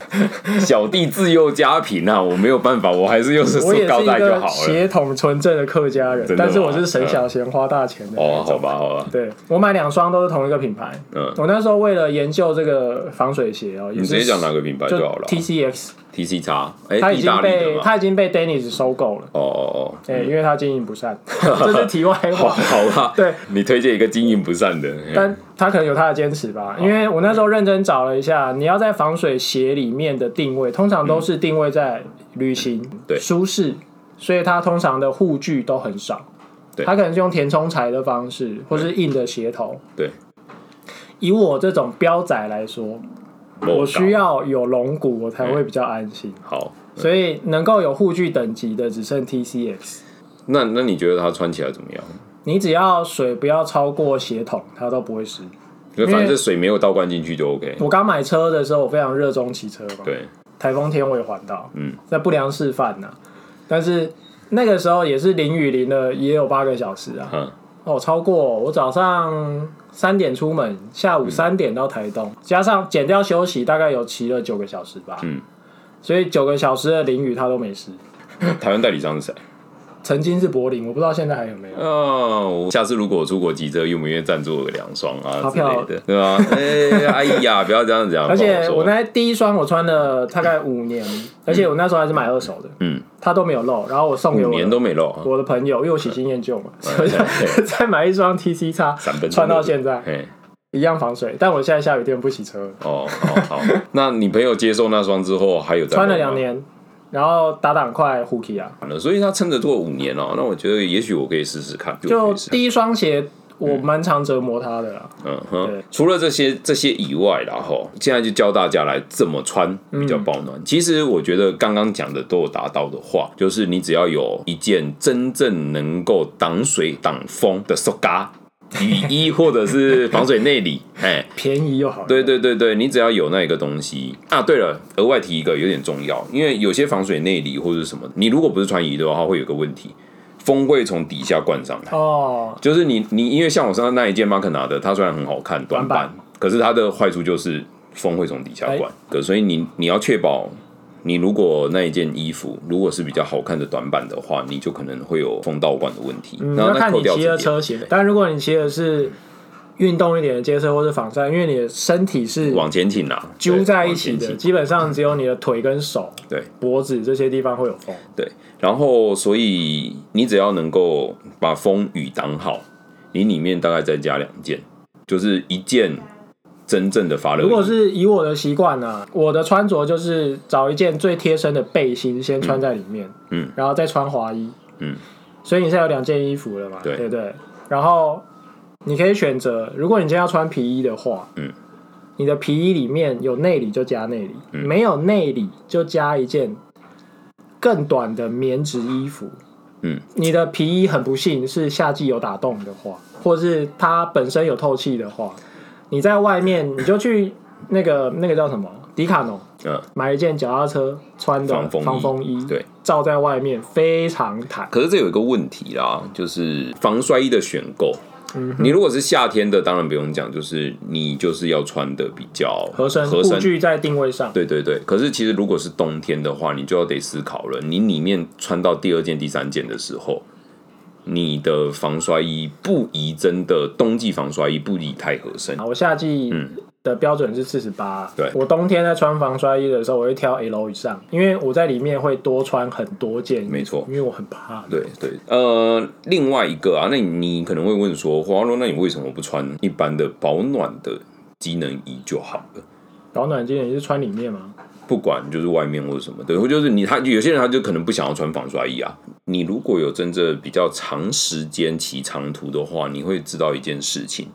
A: 小弟自幼家贫啊，我没有办法，我还是用是
B: 我也
A: 塑
B: 是
A: 胶
B: 一
A: 袋就
B: 个
A: 好了。
B: 血统纯正的客家人
A: 真，的吗
B: 但是我是省小钱花大钱的
A: 哦，
B: 那
A: 好
B: 种。
A: 吧，好吧，
B: 对，我买两双都是同一个品牌。
A: 嗯，
B: 我那时候为了研究这个防水鞋哦，你
A: 你直接讲哪个品牌
B: 就
A: 就好了。
B: TCX，
A: T C 叉，哎
B: 它，已
A: 意
B: 经
A: 大利的
B: 被
A: 嘛。
B: 它已经被 Dennis 收购了，
A: 哦哦
B: 哎，因为它经营 不善，这是题外
A: 哦， 好
B: 话。
A: 好吧。
B: 对，
A: 你推荐一个经营不善的，哎
B: 但他可能有他的坚持
A: 哦
B: 吧，因为我那时候认真找了一下，你要在防水鞋里面的定位，通常都是定位在旅行、
A: 嗯对
B: 舒适，所以它通常的护具都很少，
A: 对
B: 它可能是用填充材的方式，或是硬的鞋头。
A: 对，
B: 以我这种标仔来说，我需要有龙骨，我才会比较安心。
A: 好。
B: 所以能够有护具等级的只剩 TCX，
A: 那那你觉得它穿起来怎么样？
B: 你只要水不要超过鞋筒，它都不会湿。
A: 就反
B: 因为
A: 正水没有倒灌进去就 OK。
B: 我刚买车的时候，我非常热衷骑车嘛，
A: 对，
B: 台风天我也环岛，
A: 嗯，
B: 在不良示范呐、但是那个时候也是淋雨淋了也有八个小时 啊，
A: 嗯，
B: 哦，超过我早上三点出门，下
A: 嗯
B: 午三点到台东，加上减掉休息，大概有骑了九个小时吧，
A: 嗯，
B: 所以九个小时的淋雨他都没湿。
A: 台湾代理商是谁？
B: 曾经是柏林，我不知道现在还有 没有。
A: 哦，我下次如果我出国急车，愿不愿意赞助我个两双啊
B: 发
A: 之类
B: 票
A: 的，对吧？哎，哎呀，不要这样讲。
B: 而且
A: 不好
B: 我
A: 说
B: 那第一双我穿了大概五年，而且我那时候还是买二手的，
A: 嗯，
B: 它都没有漏，然后我送给
A: 五
B: 我的
A: 年都没漏啊，
B: 我 的 朋友，因为我喜新厌旧嘛，所以
A: 对
B: 再买一双 TC 叉
A: 三分钟
B: 穿到现在，
A: 哎，
B: 一样防水，但我现在下雨天不洗车了，
A: 哦，好好。 那你朋友接受那双之后，还有在
B: 穿了
A: 玩吗
B: 两，年，然后打打快 h o o k i 啊，
A: 完了所以他撑着做五年哦。那我觉得也许我可以试试看，我
B: 就
A: 可以试看
B: 第一双鞋我蛮常折磨它的啊啦，
A: 嗯哼
B: 对。
A: 除了这些这些以外啦，然后现在就教大家来怎么穿比较保暖。其实我觉得刚刚讲的都有达到的话，就是你只要有一件真正能够挡水挡风的 s o g a 雨衣 或者是防水内里，哎，
B: 便宜又好。
A: 对，对对对，你只要有那一个东西啊。对了，额外提一个有点重要，因为有些防水内里或者是什么，你如果不是穿雨衣的话，会有一个问题，风会从底下灌上来。
B: 哦，
A: 就是你你因为像我身上那一件马可拿的，它虽然很好看，短版
B: 短，哎
A: 可是它的坏处就是风会从底下灌。对，所以你你要确保。你如果那一件衣服如果是比较好看的短版的话，你就可能会有风倒灌的问题。
B: 嗯，
A: 然后
B: 要
A: 那
B: 看
A: 扣
B: 你
A: 掉
B: 骑
A: 这
B: 的
A: 点
B: 车型，但如果你骑的是运动一点的街车或是防晒，因为你的身体是
A: 往前倾啦，
B: 揪
A: 对
B: 在一
A: 往
B: 起
A: 前
B: 的，
A: 倾
B: 基本上只有你的腿跟手、
A: 对。
B: 脖子这些地方会有风。
A: 对，然后所以你只要能够把风雨挡好，你里面大概再加两件，就是一件真正的发热衣。
B: 如果是以我的习惯呢，我的穿着就是找一件最贴身的背心先穿在里面，
A: 嗯嗯
B: 然后再穿华衣，
A: 嗯，
B: 所以你现在有两件衣服了嘛，
A: 对
B: 对不对，然后你可以选择，如果你今天要穿皮衣的话，
A: 嗯，
B: 你的皮衣里面有内里就加内里，
A: 嗯
B: 没有内里就加一件更短的棉质衣服，
A: 嗯，
B: 你的皮衣很不幸是夏季有打洞的话，或是它本身有透气的话，你在外面你就去那个那个叫什么迪卡侬
A: 嗯，
B: 买一件脚踏车穿的
A: 防风衣
B: 防风衣，
A: 对，
B: 罩在外面非常坦。
A: 可是这有一个问题啦，就是防摔衣的选购。
B: 嗯
A: 你如果是夏天的，当然不用讲，就是你就是要穿的比较
B: 合身
A: 合
B: 护
A: 身。
B: 具在定位上，
A: 对对对，可是其实如果是冬天的话，你就要得思考了，你里面穿到第二件、第三件的时候，你的防摔衣不宜真的冬季防摔衣不宜太合身
B: 啊，。我夏季的标准是四十八，
A: 嗯对
B: 我冬天在穿防摔衣的时候，我会挑 L 以上，因为我在里面会多穿很多件衣服，
A: 没错
B: 因为我很怕冷。
A: 对对，呃，另外一个啊，那你可能会问说，黄阿罗，那你为什么不穿一般的保暖的机能衣就好了？
B: 保暖今年是穿里面吗？
A: 不管就是外面或者什么，对，或就是你他有些人他就可能不想要穿防摔衣啊。你如果有真正比较长时间骑长途的话，你会知道一件事情。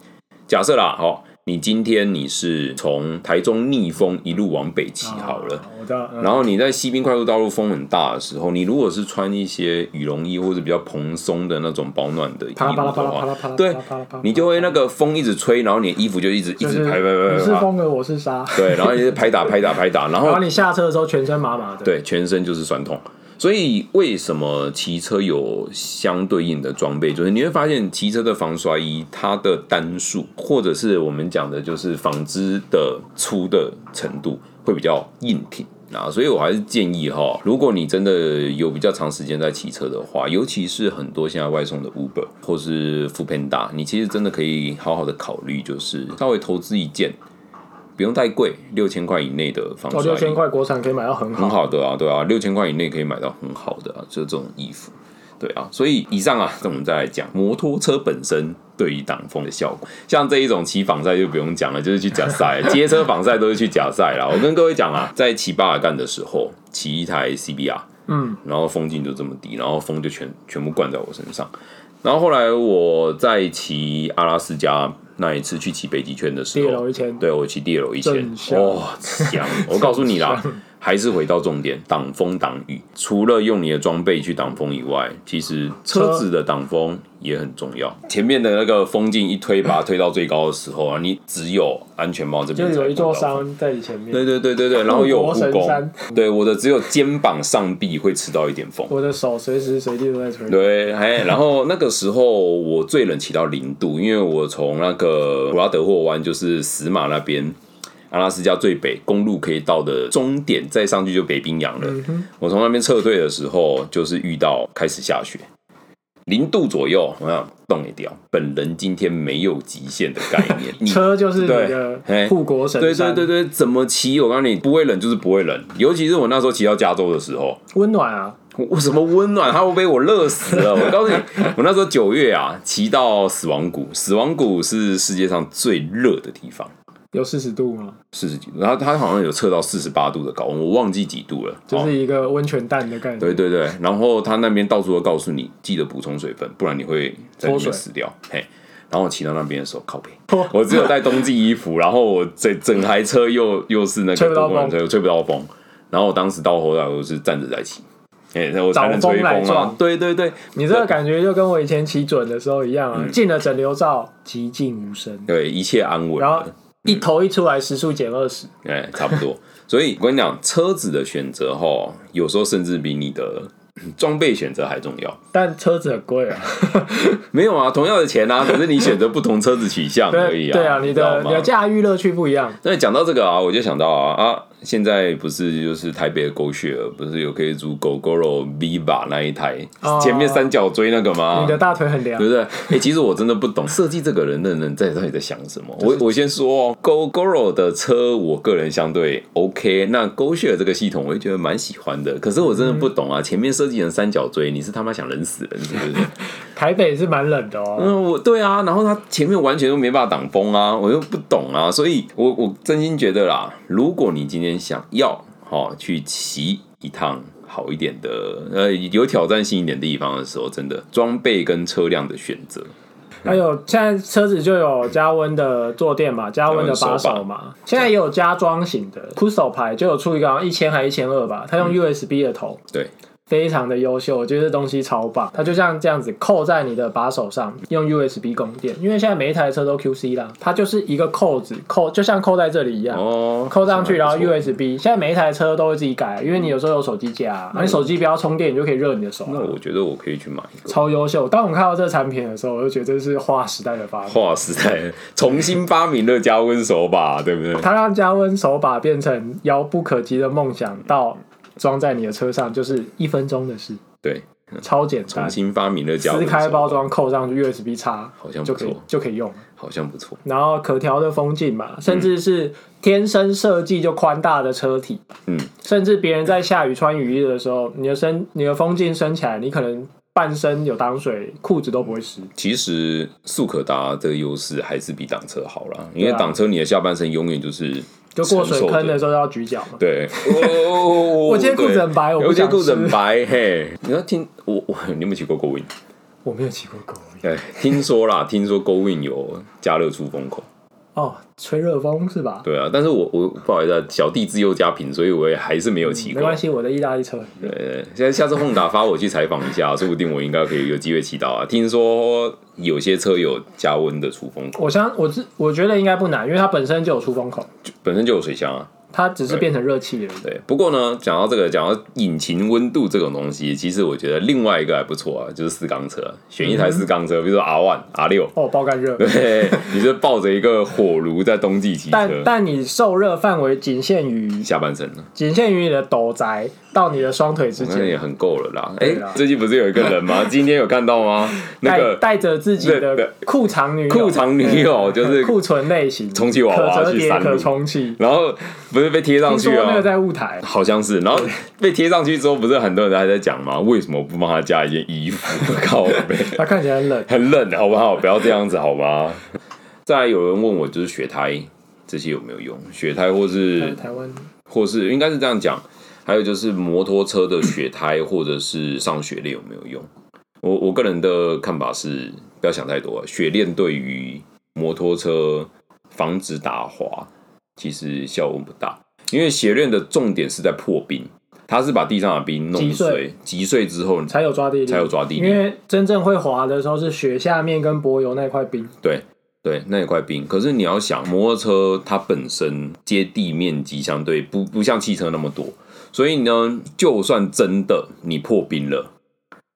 A: 假设啦，哦，你今天你是从台中逆风一路往北骑好了。
B: 啊我知道。嗯
A: 然后你在西滨快速道路风很大的时候，你如果是穿一些羽绒衣或者比较蓬松的那种保暖的衣服
B: 啪啦啪啦
A: 的
B: 啪啦啪啦
A: 话
B: 啪啦，
A: 对
B: 啪啦啪啦啪啦，
A: 你就会那个风一直吹，然后你的衣服就一直一
B: 就
A: 直
B: 是
A: 拍拍拍
B: 你
A: 拍
B: 是
A: 拍拍，
B: 风的，我是沙。
A: 对，然后一直拍打拍打拍打，然后
B: 然后你下车的时候全身麻麻的，，
A: 对，全身就是酸痛。所以为什么骑车有相对应的装备？就是你会发现骑车的防摔衣，它的单数或者是我们讲的就是纺织的粗的程度会比较硬挺。啊，所以我还是建议哈，如果你真的有比较长时间在骑车的话，尤其是很多现在外送的 Uber 或是 f o o p a n d a 你其实真的可以好好的考虑，就是稍微投资一件，不用太贵，六千块以内的防摔
B: 哦，六千
A: 衣。
B: 块国产可以买到很
A: 很
B: 好。
A: 好的啊，对啊，六千块以内可以买到很好的啊，就这种衣服，对啊，所以以上啊，那我们再来讲摩托车本身对于挡风的效果，像这一种骑防晒就不用讲了，就是去假 赛，街车防晒都是去假赛啦。我跟各位讲啊，在骑巴尔干的时候，骑一台 CBR，
B: 嗯，
A: 然后风劲就这么低，然后风就全全部灌在我身上。然后后来我在骑阿拉斯加那一次去骑北极圈的时
B: 跌
A: 候，
B: 楼一千，
A: 对我骑地楼一千
B: 正，向
A: 哦， 香！我告诉你啦，还是回到重点，挡风挡雨，除了用你的装备去挡风以外，其实车子的挡风也很重要。前面的那个风镜一推，把它推到最高的时候啊，你只有安全帽这
B: 就
A: 边
B: 有一
A: 才碰到
B: 座
A: 风。
B: 山在你前面，
A: 对对对对对，然后又有护
B: 护国神
A: 弓
B: 山，
A: 对我的只有肩膀上臂会吃到一点风。
B: 我的手随时随地都在吹。
A: 对，哎，然后那个时候我最冷骑到零度，因为我从那个普拉德霍湾，就是死马那边，阿拉斯加最北公路可以到的终点，再上去就北冰洋了。
B: 嗯
A: 我从那边撤退的时候，就是遇到开始下雪，零度左右，我想冻也掉。本人今天没有极限的概 念，你
B: 车就是你
A: 对
B: 的护国神
A: 对对
B: 山，
A: 对对，怎么骑？我告诉你，不会冷就是不会冷，尤其是我那时候骑到加州的时候，
B: 温暖啊，
A: 我什么温暖，它会被我热死了。我告诉你，我那时候九月啊，骑到死亡谷，死亡谷是世界上最热的地方，
B: 有四十度吗？
A: 四十几度，然后它好像有测到四十八度的高温，我忘记几度了。
B: 就
A: 哦
B: 是一个温泉蛋的概念。
A: 对对对，然后他那边到处都告诉你，记得补充水分，不然你会在里面
B: 脱水
A: 死 掉。嘿，然后我骑到那边的时候，靠背
B: 哇，
A: 我只有带冬季衣服，然后我整整台车又又是那
B: 吹
A: 个
B: 不到
A: 多功能
B: 风
A: 车，吹不到风。然后我当时到后来我是站着在骑，哎，那我才能
B: 找风
A: 吹
B: 来
A: 风啊
B: 撞。
A: 对对对，
B: 你这个感觉就跟我以前骑准的时候一样啊，
A: 嗯
B: 进了整流罩，寂静无声，
A: 对一切安稳。
B: 然后一头一出来，时速减二十。
A: 哎，差不多。 所以我跟你讲，车子的选择哈，有时候甚至比你的 嗯装备选择还重要。
B: 但车子很贵啊，
A: 没有啊，同样的钱啊，可 是你选择不同车子取向而已啊。
B: 对对啊，你
A: 知道
B: 的
A: 吗
B: 你的驾驭乐趣不一样。
A: 那讲到这个啊，我就想到啊啊，现在不是就是台北的狗血儿，不是有可以租狗狗肉 Viva 那一台、
B: 哦
A: 前面三角锥那个吗
B: 你？的大腿很凉
A: 啊对，不对？哎、 其实我真的不懂设计这个人的人在到底在想什么。我我先说哦，GoGoRo 的车，我个人相对 OK。那 GoShare 这个系统，我也觉得蛮喜欢的。可是我真的不懂啊，前面设计成三角锥，你是他妈想冷死人是不是？
B: 台北是蛮冷的哦。
A: 嗯，我对啊，然后他前面完全都没办法挡风啊，我又不懂啊，所以我我真心觉得啦，如果你今天想要哦去骑一趟好一点的，呃，有挑战性一点的地方的时候，真的装备跟车辆的选择，
B: 还有现在车子就有加温的坐垫嘛，加温的把手嘛，现在也有加装型的 Cuso 牌，就有出一个好像一千还一千二吧，它用 USB 的头，
A: 对，
B: 非常的优秀，我觉得这东西超棒。它就像这样子扣在你的把手上，用 USB 供电，因为现在每一台车都 QC 啦，它就是一个扣子扣，就像扣在这里一样。
A: 哦，
B: 扣上去，然后
A: 还不错
B: USB。现在每一台车都会自己改，因为你有时候有手机架啊，你手机不要充电，你就可以热你的手啊。
A: 那我觉得我可以去买一个。
B: 超优秀！当我们看到这个产品的时候，我就觉得这是划时代的发明。
A: 划时代重新发明了加温手把，对不对？
B: 它让加温手把变成遥不可及的梦想，到装在你的车上就是一分钟的事，
A: 对，
B: 超简单
A: 重。新发明了加温
B: 撕
A: 手把
B: 开包，装，扣上去 USB 插，
A: 好像不
B: 就可以
A: 错
B: 就可以用了。
A: 好像不错。
B: 然后可调的风镜
A: 嗯
B: 嘛，甚至是天生设计就宽大的车体，
A: 嗯，
B: 甚至别人在下雨穿雨衣的时候，你的身你的风镜升起来，你可能半身有挡水，裤子都不会湿。
A: 其实速可达的优势还是比挡车好啦，因为
B: 对啊
A: 挡车你的下半身永远就是
B: 就过水
A: 承受
B: 坑
A: 着
B: 的时候要举脚嘛。
A: 对，我
B: 我今天裤子很白我不
A: 我今天
B: 想
A: 裤子很
B: 吃
A: 白，嘿，你要听我我你有没有骑过 Go Win？
B: 我没有骑过狗
A: 对，听说啦，听说 Go Win 有加热出风口，
B: 哦，吹热风是吧？
A: 对啊，但是我我不好意思啊，小弟自幼家贫，所以我也还是没有骑
B: 嗯没
A: 过
B: 关。系，我的意大利车很热。
A: 呃，现在下次轰打发我去采访一 下，说不定我应该可以有机会骑到啊。听说有些车有加温的出风口，
B: 我相我自我觉得应该不难，因为它本身就有出风口，
A: 本身就有水箱啊。
B: 它只是变成热气而已。
A: 对，不过呢，讲到这个，讲到引擎温度这种东西，其实我觉得另外一个还不错啊，就是四缸车，选一
B: 嗯
A: 台四缸车，比如说 R One、R 六，
B: 哦，爆干热，
A: 对， 你就抱着一个火炉在冬季骑
B: 但
A: 车，
B: 但你受热范围仅限于
A: 下半身了，
B: 仅限于你的斗宅到你的双腿之
A: 那也
B: 间，
A: 很够了啦。哎
B: 对啦，
A: 最近不是有一个人 吗？今天有看到吗？那
B: 带
A: 个
B: 带着自己
A: 对对
B: 的裤长女友
A: 裤长女友就是
B: 库存类型
A: 充气娃娃
B: 可折
A: 去
B: 叠
A: 山路
B: 可充气。
A: 然后不是被贴上
B: 听说
A: 去
B: 那
A: 啊
B: 个。在雾 台，
A: 好像是，然后被贴上去之后，不是很多人还在讲吗？为什么不帮他加一件衣服？ 靠背，
B: 它看起来很冷。
A: 很冷，好不好？不要这样子，好吗？再来有人问我，就是雪胎这些有没有用？雪胎或是
B: 台湾
A: 或是应该是这样讲，还有就是摩托车的雪胎或者是上雪链有没有用？我我个人的看法是，不要想太多，啊雪链对于摩托车防止打滑其实效用不大，因为雪链的重点是在破冰，它是把地上的冰弄
B: 击碎
A: 碎，击碎之后你才
B: 才有抓地力，
A: 才有抓地力
B: 因为真正会滑的时候是雪下面跟柏油那块冰，
A: 对对，那一块冰。可是你要想，摩托车它本身接地面积相对不不像汽车那么多，所以呢，就算真的你破冰了，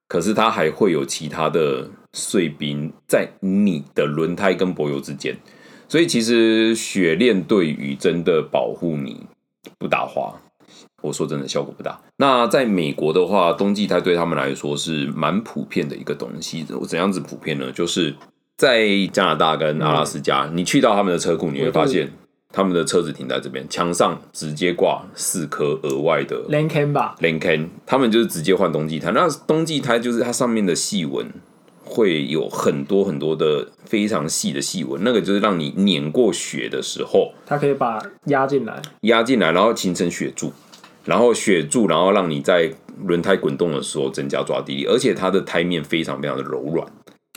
A: 可是它还会有其他的碎冰在你的轮胎跟柏油之间。所以其实雪链对于真的保护你不打滑，我说真的效果不大。那在美国的话，冬季胎对他们来说是蛮普遍的一个东西。我怎样子普遍呢？就是在加拿大跟阿拉斯加，你去到他们的车库，你会发现他们的车子停在这边，墙上直接挂四颗额外的
B: l a n c a n 吧，
A: l a n c a n 他们就是直接换冬季胎。那冬季胎就是它上面的细纹会有很多很多的非常细的细纹，那个就是让你碾过雪的时候
B: 它可以把压进来，
A: 压进来，然后形成雪柱，然后雪柱，然后让你在轮胎滚动的时候增加抓地力，而且它的胎面非常非常的柔软，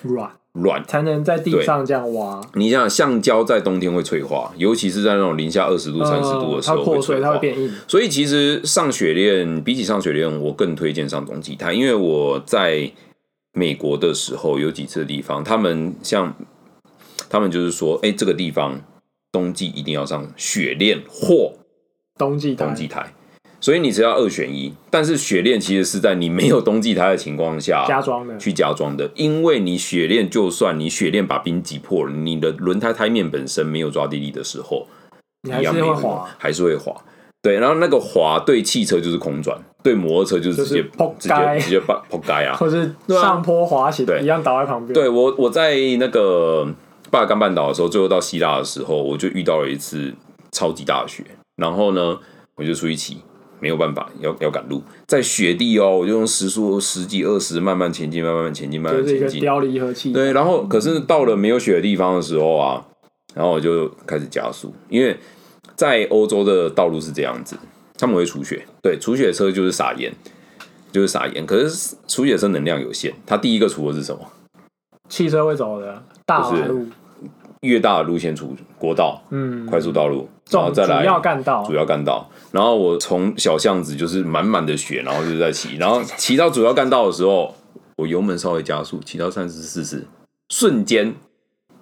B: 软
A: 软
B: 才能在地
A: 对
B: 上这样挖。
A: 你想想，橡胶在冬天会脆化，尤其是在那种零下二十度、三十度的时候
B: 嗯呃它破
A: 脆
B: 碎，
A: 化。
B: 它会变硬。
A: 所以其实上雪链比起上雪链，我更推荐上冬季胎，因为我在美国的时候有几次地方，他们像他们就是说，哎、这个地方冬季一定要上雪链或
B: 冬季胎
A: 冬，季胎，所以你只要二选一。但是雪链其实是在你没有冬季胎的情况下
B: 加装的
A: 去加装的，因为你雪链就算你雪链把冰挤破了，你的轮胎胎面本身没有抓地力的时候，
B: 你还
A: 一
B: 是
A: 样没有
B: 会
A: 用
B: 滑，，
A: 还是会滑。对，然后那个滑对汽车就是空转，对摩托车就是直接
B: 就是砰
A: 直接
B: 街
A: 直接把扑街啊！
B: 或是
A: 对啊
B: 上坡滑行
A: 对
B: 一样倒在旁边。
A: 对我我在那个巴尔干半岛的时候，最后到希腊的时候，我就遇到了一次超级大的雪，然后呢，我就出去骑，没有办法，要要赶路，在雪地哦，我就用时速十几二十慢慢前进，慢慢前进，慢慢
B: 就是一
A: 前
B: 个
A: 进，
B: 雕离合器，
A: 对，然后可是到了没有雪的地方的时候啊，然后我就开始加速，因为在欧洲的道路是这样子，他们会除雪，对，除雪车就是撒盐，就是撒盐。可是除雪车能量有限，它第一个除的是什么？
B: 汽车会走的大马路，
A: 越大的路线除国道、
B: 嗯，
A: 快速道路，然后
B: 重主
A: 再来
B: 要干道，
A: 主，要干道。然后我从小巷子就是满满的雪，然后就是在骑，然后骑到主要干道的时候，我油门稍微加速，骑到三十四十，瞬间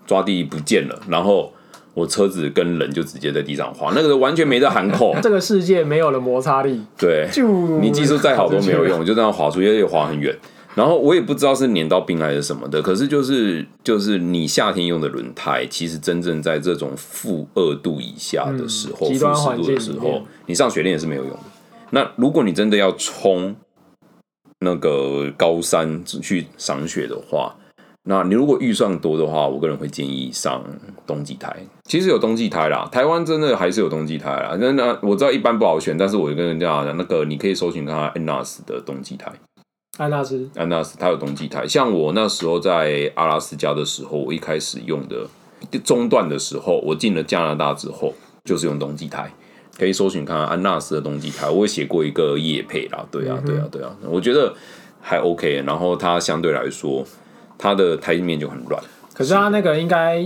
A: 抓地不见了，然后我车子跟人就直接在地上滑，那个完全没得喊口
B: 这个世界没有了摩擦力，
A: 对，
B: 就
A: 你技术再好都没有。用，就这样滑出去，而且滑很远。然后我也不知道是粘到冰还是什么的，可是就是就是你夏天用的轮胎，其实真正在这种负二度以下的时候，
B: 嗯极
A: 负
B: 端
A: 十
B: 环
A: 度
B: 境
A: 的
B: 里
A: 时候
B: 面，
A: 你上雪链也是没有用的。那如果你真的要冲那个高山去赏雪的话，那你如果预算多的话，我个人会建议上冬季胎。其实有冬季胎啦，台湾真的还是有冬季胎啦。那那我知道一般不好选，但是我就跟人家讲，那个你可以搜寻看看 NAS 的冬季胎
B: 安纳斯
A: ，NAS 它有冬季胎。像我那时候在阿拉斯加的时候，我一开始用的中段的时候，我进了加拿大之后，就是用冬季胎。可以搜寻看看安纳斯的冬季胎，我也写过一个叶配啦，对
B: 嗯
A: 啊，对啊，对啊，我觉得还 OK。然后它相对来说，它的胎面就很软，
B: 可是它那个应该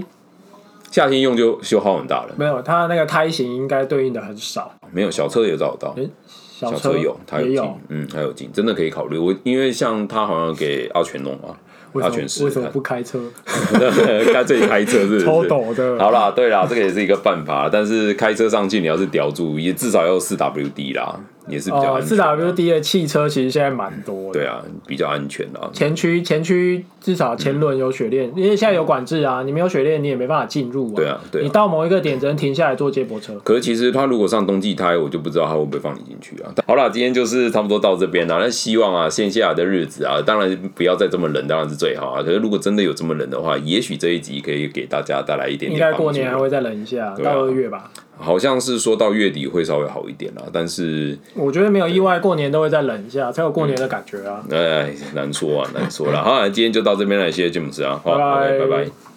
A: 夏天用就消耗很大了。
B: 没有，它那个胎型应该对应的很少，
A: 没有小车也找得到，
B: 小
A: 小车有，它
B: 也
A: 进
B: 有，，
A: 嗯，它有进，真的可以考虑。我因为像他好像给阿全弄啊，
B: 为
A: 阿
B: 什么
A: 全试
B: 为
A: 试
B: 什么 啊
A: 看
B: 不开车？
A: 在这里开车是 不是
B: 超陡 的
A: 好啦，对啦，这个也是一个办法，但是开车上去你要是叼住，也至少要四 WD 啦，也是比较
B: 哦，
A: 安
B: 四
A: 全。
B: WD 的汽车其实现在蛮多的。
A: 啊对啊，比较安全啦。
B: 前驱前驱至少前轮有雪链，因为现在有管制啊，你没有雪链你也没办法进入啊。
A: 对啊对啊
B: 你到某一个点只能停下来坐接驳车。
A: 可是其实他如果上冬季胎，我就不知道他会不会放你进去啊。但好啦，今天就是差不多到这边啦。那希望啊，线下的日子啊，当然不要再这么冷，当然是最好啊。可是如果真的有这么冷的话，也许这一集可以给大家带来一点
B: 应
A: 点
B: 该
A: 帮助。
B: 过年还会再冷一下，
A: 啊
B: 到二月吧。
A: 好像是说到月底会稍微好一点啦，但是
B: 我觉得没有意外，过年都会再冷一下，才有过年的感觉啊。
A: 哎难说啊，难说啦。好，今天就到这边了，谢谢詹姆斯啊，好，
B: 拜拜
A: OK，拜拜。